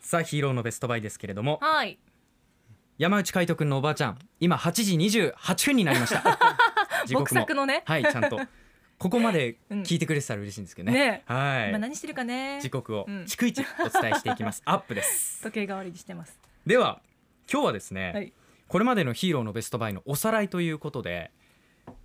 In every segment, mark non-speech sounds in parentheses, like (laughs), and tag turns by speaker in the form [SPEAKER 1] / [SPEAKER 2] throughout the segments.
[SPEAKER 1] さあヒーローのベストバイですけれども
[SPEAKER 2] はい
[SPEAKER 1] 山内海人君のおばあちゃん今8時28分になりました
[SPEAKER 2] (laughs)
[SPEAKER 1] 時刻も
[SPEAKER 2] 僕作のね
[SPEAKER 1] はいちゃんとここまで聞いてくれてたら嬉しいんですけどね,、
[SPEAKER 2] ね
[SPEAKER 1] はい、
[SPEAKER 2] 今何してるかね
[SPEAKER 1] 時刻を
[SPEAKER 2] うん
[SPEAKER 1] 逐一お伝えしていきますアップです
[SPEAKER 2] 時計代わりにしてます
[SPEAKER 1] では今日はですね、
[SPEAKER 2] はい
[SPEAKER 1] これまでのヒーローのベストバイのおさらいということで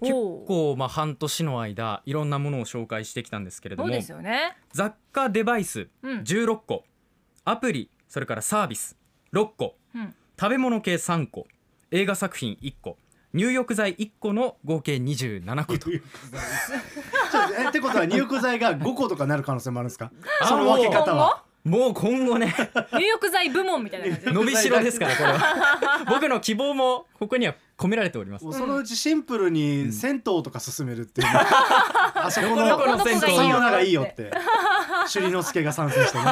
[SPEAKER 1] 結
[SPEAKER 2] おう
[SPEAKER 1] 構まあ半年の間いろんなものを紹介してきたんですけれど
[SPEAKER 2] そう
[SPEAKER 1] も
[SPEAKER 2] ですよね
[SPEAKER 1] 雑貨デバイス
[SPEAKER 2] うん
[SPEAKER 1] 16個、アプリそれからサービス6個
[SPEAKER 2] うん
[SPEAKER 1] 食べ物系3個映画作品1個入浴剤1個の合計27個と
[SPEAKER 3] ちょっとえってことは入浴剤が5個とかなる可能性もあるんですか
[SPEAKER 1] あ
[SPEAKER 3] その分け
[SPEAKER 1] も
[SPEAKER 3] 方は
[SPEAKER 1] うもう今後ね
[SPEAKER 2] 入浴剤部門みたいな感じ
[SPEAKER 1] (laughs) 伸びしろですからこれは僕の希望もここには込められております
[SPEAKER 3] もうそのうちシンプルに銭湯とか進めるっていう、あそこの
[SPEAKER 1] どこの銭湯
[SPEAKER 3] そ
[SPEAKER 1] いいよ
[SPEAKER 3] の名がいいよ (laughs) って首里之助が参戦してね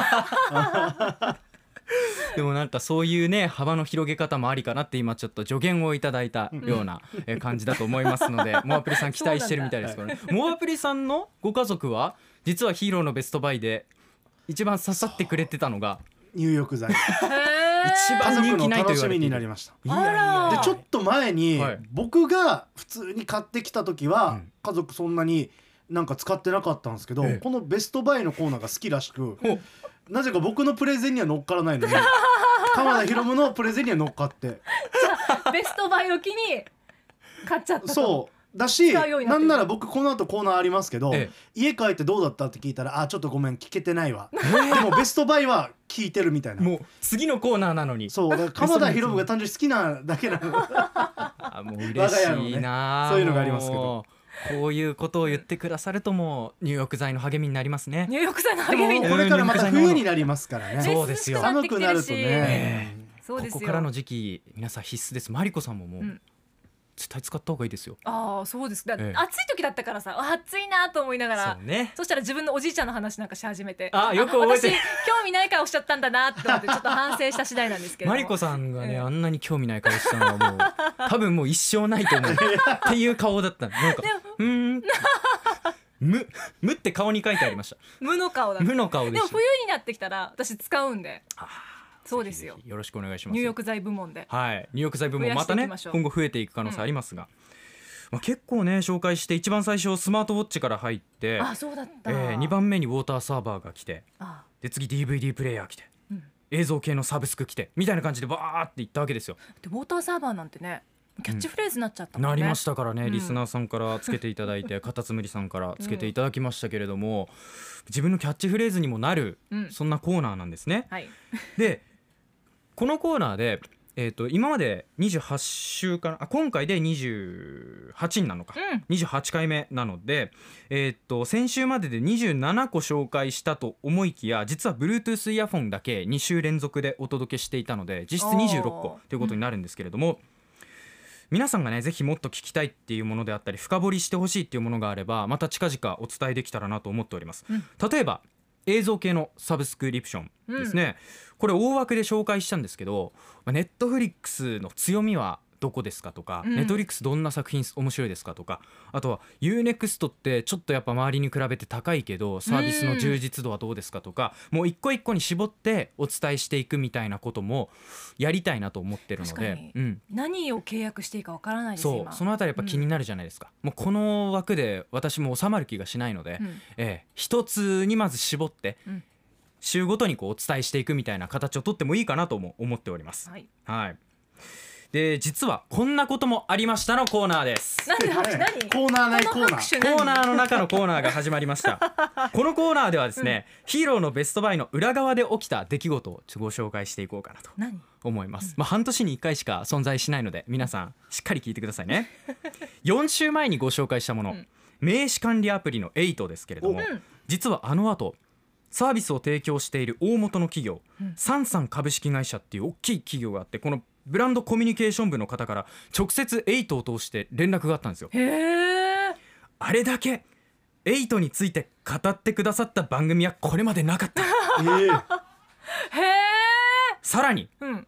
[SPEAKER 1] でもなんかそういうね幅の広げ方もありかなって今ちょっと助言をいただいたようなえー感じだと思いますので、モアプリさん期待してるみたいですからね。モアプリさんのご家族は実はヒーローのベストバイで一番刺さってくれてたのが
[SPEAKER 3] 入浴剤
[SPEAKER 2] へー
[SPEAKER 1] 一番
[SPEAKER 3] 家族
[SPEAKER 1] 人気
[SPEAKER 3] の
[SPEAKER 1] ないと言
[SPEAKER 3] 楽
[SPEAKER 1] わ
[SPEAKER 3] し
[SPEAKER 1] れ
[SPEAKER 3] み
[SPEAKER 1] てい
[SPEAKER 3] に
[SPEAKER 1] る
[SPEAKER 3] なりました
[SPEAKER 1] い
[SPEAKER 2] あら
[SPEAKER 3] でちょっと前に
[SPEAKER 1] はい
[SPEAKER 3] 僕が普通に買ってきた時
[SPEAKER 1] う
[SPEAKER 3] は
[SPEAKER 1] ん
[SPEAKER 3] 家族そんなになんか使ってなかったんですけど
[SPEAKER 1] ええ
[SPEAKER 3] このベストバイのコーナーが好きらしく
[SPEAKER 1] ほう
[SPEAKER 3] なぜか僕のプレゼンには乗っからない
[SPEAKER 1] (laughs)
[SPEAKER 3] のに鎌田博夢のプレゼンには乗っかって
[SPEAKER 2] ベストバイを機に買っちゃったと
[SPEAKER 3] そうだし
[SPEAKER 2] 使うようになっ
[SPEAKER 3] な
[SPEAKER 2] て
[SPEAKER 3] ん
[SPEAKER 2] る
[SPEAKER 3] なら僕この後コーナーありますけど
[SPEAKER 1] ええ
[SPEAKER 3] 家帰ってどうだったって聞いたら「あちょっとごめん聞けてな
[SPEAKER 1] (laughs)
[SPEAKER 3] いわ」でもベストバイは聞いてるみたいな。
[SPEAKER 1] もう次のコーナーなのに
[SPEAKER 3] そうだから鎌田博夢が単純に好きなだけなの
[SPEAKER 1] あもう
[SPEAKER 3] 我
[SPEAKER 1] 嬉
[SPEAKER 3] が家のね
[SPEAKER 1] しいなあ、
[SPEAKER 3] そういうのがありますけど
[SPEAKER 1] もうこういうことを言ってくださるともう入浴剤の励みになりますね
[SPEAKER 2] 入浴剤の
[SPEAKER 3] で
[SPEAKER 2] 励み
[SPEAKER 3] もこれからまた冬になりますからね
[SPEAKER 1] そうですよ
[SPEAKER 3] 寒くなるとね
[SPEAKER 2] そうです
[SPEAKER 1] ここ
[SPEAKER 2] よ
[SPEAKER 1] からの時期皆さん必須ですマリコさんももう、
[SPEAKER 2] うん
[SPEAKER 1] 絶対使った方がいいですよ
[SPEAKER 2] ああそうですだ、
[SPEAKER 1] ええ
[SPEAKER 2] 暑い時だったからさあ暑いなと思いながら
[SPEAKER 1] そうね
[SPEAKER 2] そしたら自分のおじいちゃんの話なんかし始めて
[SPEAKER 1] あよく覚えてる
[SPEAKER 2] あ私興味ない顔しちゃったんだなって思ってちょっと反省した次第なんですけれど
[SPEAKER 1] マ
[SPEAKER 2] も
[SPEAKER 1] リコさんがね、
[SPEAKER 2] ええ
[SPEAKER 1] あんなに興味ない顔したのは
[SPEAKER 2] (laughs)
[SPEAKER 1] もう多分もう一生ないと思うっていう顔だったのなんかうーん無無って顔に書いてありまし
[SPEAKER 2] 無の顔だ
[SPEAKER 1] た
[SPEAKER 2] った
[SPEAKER 1] 無の顔で
[SPEAKER 2] でも
[SPEAKER 1] した
[SPEAKER 2] 冬になってきたら私使うんで
[SPEAKER 1] あー
[SPEAKER 2] そうですよ
[SPEAKER 1] ぜひぜひよろしくお願いします
[SPEAKER 2] 入浴剤部門で
[SPEAKER 1] はい入浴剤部門
[SPEAKER 2] 増や
[SPEAKER 1] ま
[SPEAKER 2] して
[SPEAKER 1] た
[SPEAKER 2] いき
[SPEAKER 1] ね
[SPEAKER 2] ましょう
[SPEAKER 1] 今後増えていく可能性ありますが、まあ、結構ね紹介して一番最初スマートウォッチから入って、
[SPEAKER 2] あそうだっ
[SPEAKER 1] え
[SPEAKER 2] た、
[SPEAKER 1] 2番目にウォーターサーバーが来て
[SPEAKER 2] あ
[SPEAKER 1] で次 DVD プレイヤー来て、
[SPEAKER 2] うん
[SPEAKER 1] 映像系のサブスク来てみたいな感じでバーっていったわけですよ。
[SPEAKER 2] でウォーターサーバーなんてねキャッチフレーズになっちゃったもん
[SPEAKER 1] な
[SPEAKER 2] ね、
[SPEAKER 1] りましたからね、
[SPEAKER 2] うん
[SPEAKER 1] リスナーさんからつけていただ
[SPEAKER 2] (laughs)
[SPEAKER 1] いてカタツムリさんからつけていただきましたけれども、自分のキャッチフレーズにもなる、
[SPEAKER 2] うん
[SPEAKER 1] そんなコーナーなんですね。
[SPEAKER 2] はい
[SPEAKER 1] でこのコーナーで、えー、と今まで28週かなあ今回で28になるのか、
[SPEAKER 2] うん
[SPEAKER 1] 28回目なので、えー、と先週までで27個紹介したと思いきや実は Bluetooth イヤフォンだけ2週連続でお届けしていたので実質26個
[SPEAKER 2] おー
[SPEAKER 1] ということになるんですけれども。皆さんがねぜひもっと聞きたいっていうものであったり深掘りしてほしいっていうものがあればまた近々お伝えできたらなと思っております、
[SPEAKER 2] うん
[SPEAKER 1] 例えば映像系のサブスクリプションですね、これ大枠で紹介したんですけどネットフリックスの強みはどこですかとか、
[SPEAKER 2] うん
[SPEAKER 1] ネットフリックスどんな作品面白いですかとかあとは UNEXT ってちょっとやっぱ周りに比べて高いけどサービスの充実度はどうですかとか、もう一個一個に絞ってお伝えしていくみたいなこともやりたいなと思ってるの
[SPEAKER 2] 確か
[SPEAKER 1] で
[SPEAKER 2] に、
[SPEAKER 1] うん、
[SPEAKER 2] 何を契約していいかわからないです
[SPEAKER 1] そ
[SPEAKER 2] 今
[SPEAKER 1] うそのあたりやっぱ気になるじゃないですか、もうこの枠で私も収まる気がしないので、
[SPEAKER 2] うん
[SPEAKER 1] ええ、一つにまず絞って、
[SPEAKER 2] うん
[SPEAKER 1] 週ごとにこうお伝えしていくみたいな形をとってもいいかなとも思っております。
[SPEAKER 2] はい
[SPEAKER 1] はい、で実はこんなこともありましたのコーナーです。
[SPEAKER 2] なんで拍手
[SPEAKER 3] ね
[SPEAKER 2] 何
[SPEAKER 3] (laughs) コーナーないコ
[SPEAKER 2] こ
[SPEAKER 3] ー
[SPEAKER 2] の
[SPEAKER 3] ナ
[SPEAKER 2] 拍
[SPEAKER 3] ー
[SPEAKER 2] 手
[SPEAKER 1] コー
[SPEAKER 2] 何
[SPEAKER 1] ナーの中のコーナーが始まりま
[SPEAKER 2] (laughs)
[SPEAKER 1] した。このコーナーではですね、ヒーローのベストバイの裏側で起きた出来事をちょっとご紹介していこうかなと
[SPEAKER 2] 何
[SPEAKER 1] 思います、まあ半年に1回しか存在しないので皆さんしっかり聞いてください
[SPEAKER 2] (laughs)
[SPEAKER 1] ね4週前にご紹介したもの、
[SPEAKER 2] うん
[SPEAKER 1] 名刺管理アプリの8ですけれども、
[SPEAKER 3] お
[SPEAKER 2] うん
[SPEAKER 1] 実はあの後サービスを提供している大元の企業、
[SPEAKER 2] うん
[SPEAKER 1] サンサン株式会社っていう大きい企業があってこのブランドコミュニケーション部の方から直接8を通して連絡があったんですよ
[SPEAKER 2] へえ
[SPEAKER 1] あれだけ8について語ってくださった番組はこれまでなかった
[SPEAKER 2] (laughs)
[SPEAKER 3] ええ
[SPEAKER 2] へえ
[SPEAKER 1] さらに
[SPEAKER 2] うん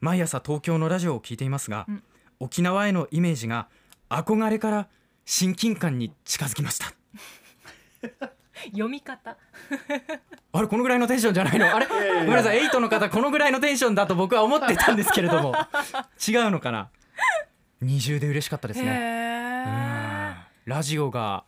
[SPEAKER 1] 毎朝東京のラジオを聞いていますが、
[SPEAKER 2] うん
[SPEAKER 1] 沖縄へのイメージが憧れから親近感に近づきました
[SPEAKER 2] 読み方
[SPEAKER 1] あれこのぐらいのテンションじゃない
[SPEAKER 2] (laughs)
[SPEAKER 1] のあれ
[SPEAKER 3] いやいやいや
[SPEAKER 1] ごめんなさいエイトの方このぐらいのテンションだと僕は思ってたんですけれど
[SPEAKER 2] (laughs)
[SPEAKER 1] も違うのかな二重で嬉しかったです
[SPEAKER 2] へ
[SPEAKER 1] ね
[SPEAKER 2] え
[SPEAKER 1] うんラジオが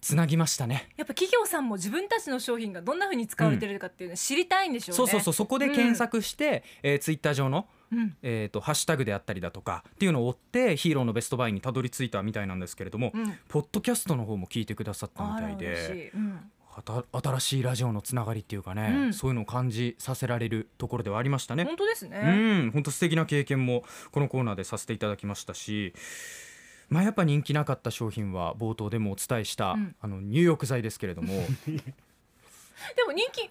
[SPEAKER 1] つなぎましたね
[SPEAKER 2] やっぱ企業さんも自分たちの商品がどんな風に使われてるかっていうの知りたいんでしょうね、
[SPEAKER 1] そうそうそうそこで検索して、えーツイッター上の
[SPEAKER 2] うん、
[SPEAKER 1] えー、とハッシュタグであったりだとかっていうのを追ってヒーローのベストバイにたどり着いたみたいなんですけれども、
[SPEAKER 2] うん
[SPEAKER 1] ポッドキャストの方も聞いてくださったみ
[SPEAKER 2] あ
[SPEAKER 1] た
[SPEAKER 2] ら
[SPEAKER 1] い
[SPEAKER 2] 嬉し
[SPEAKER 1] で
[SPEAKER 2] い、うん
[SPEAKER 1] あた新しいラジオのつながりっていうかね、
[SPEAKER 2] うん
[SPEAKER 1] そういうのを感じさせられるところではありましたね。
[SPEAKER 2] 本当ですね、
[SPEAKER 1] うん本当素敵な経験もこのコーナーでさせていただきましたし、まあ、やっぱ人気なかった商品は冒頭でもお伝えした、
[SPEAKER 2] うん
[SPEAKER 1] あの入浴剤ですけれども
[SPEAKER 2] でも人気私に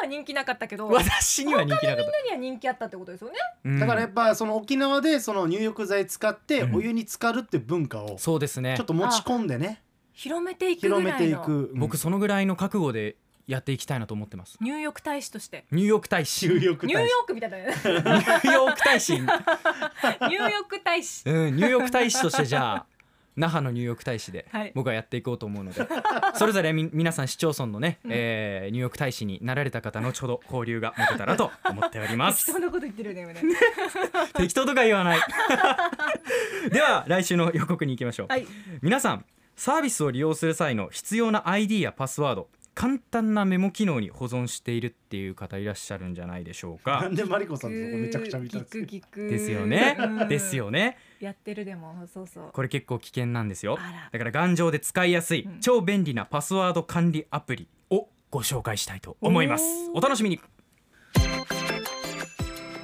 [SPEAKER 2] は人気なかったけどみんな
[SPEAKER 1] 私には人気なかった。
[SPEAKER 2] には人気あったってことですよね
[SPEAKER 1] うん
[SPEAKER 3] だからやっぱその沖縄でその入浴剤使って
[SPEAKER 1] うん
[SPEAKER 3] お湯に浸かるって文化をち
[SPEAKER 1] そうですね
[SPEAKER 3] ょっと持ち込んでね
[SPEAKER 2] 広めていくぐらい
[SPEAKER 3] 広
[SPEAKER 2] の
[SPEAKER 3] めていくうん
[SPEAKER 1] 僕そのぐらいの覚悟でやっていきたいなと思ってます。
[SPEAKER 2] 入浴大使として
[SPEAKER 1] ニューヨーク大使
[SPEAKER 3] 入浴
[SPEAKER 2] ニューヨ
[SPEAKER 3] 大使
[SPEAKER 2] ークみたいだね
[SPEAKER 1] ニューヨーク大
[SPEAKER 2] (laughs)
[SPEAKER 1] 使、うん、ニュ
[SPEAKER 2] ニューヨーク大使
[SPEAKER 1] ーヨーク大使としてじゃあ那覇のニューヨーク大使で
[SPEAKER 2] はい
[SPEAKER 1] 僕はやっていこうと思うので、それぞれみ皆さん市町村のね、
[SPEAKER 2] うん
[SPEAKER 1] えーニューヨーク大使になられた方後ほど交流が持てたらと思っておりま
[SPEAKER 2] 適
[SPEAKER 1] す
[SPEAKER 2] 当なこと言ってるよね今ね
[SPEAKER 1] 適当とか言
[SPEAKER 2] (laughs)
[SPEAKER 1] わない (laughs) では来週の予告に行きましょう、
[SPEAKER 2] はい
[SPEAKER 1] 皆さんサービスを利用する際の必要な ID やパスワード簡単なメモ機能に保存しているっていう方いらっしゃるんじゃないでしょう
[SPEAKER 3] な
[SPEAKER 1] か
[SPEAKER 3] んでマリコさんのとこめちゃくちゃ見たん
[SPEAKER 2] 聞
[SPEAKER 3] ですけ
[SPEAKER 2] く
[SPEAKER 3] ど
[SPEAKER 2] 聞く
[SPEAKER 1] ですよね
[SPEAKER 2] うん
[SPEAKER 1] ですよね
[SPEAKER 2] やってるでもそうそう
[SPEAKER 1] これ結構危険なんですよ
[SPEAKER 2] あら
[SPEAKER 1] だから頑丈で使いやすい
[SPEAKER 2] うん
[SPEAKER 1] 超便利なパスワード管理アプリをご紹介したいと思います
[SPEAKER 2] お
[SPEAKER 1] お
[SPEAKER 2] ー
[SPEAKER 1] 楽しみに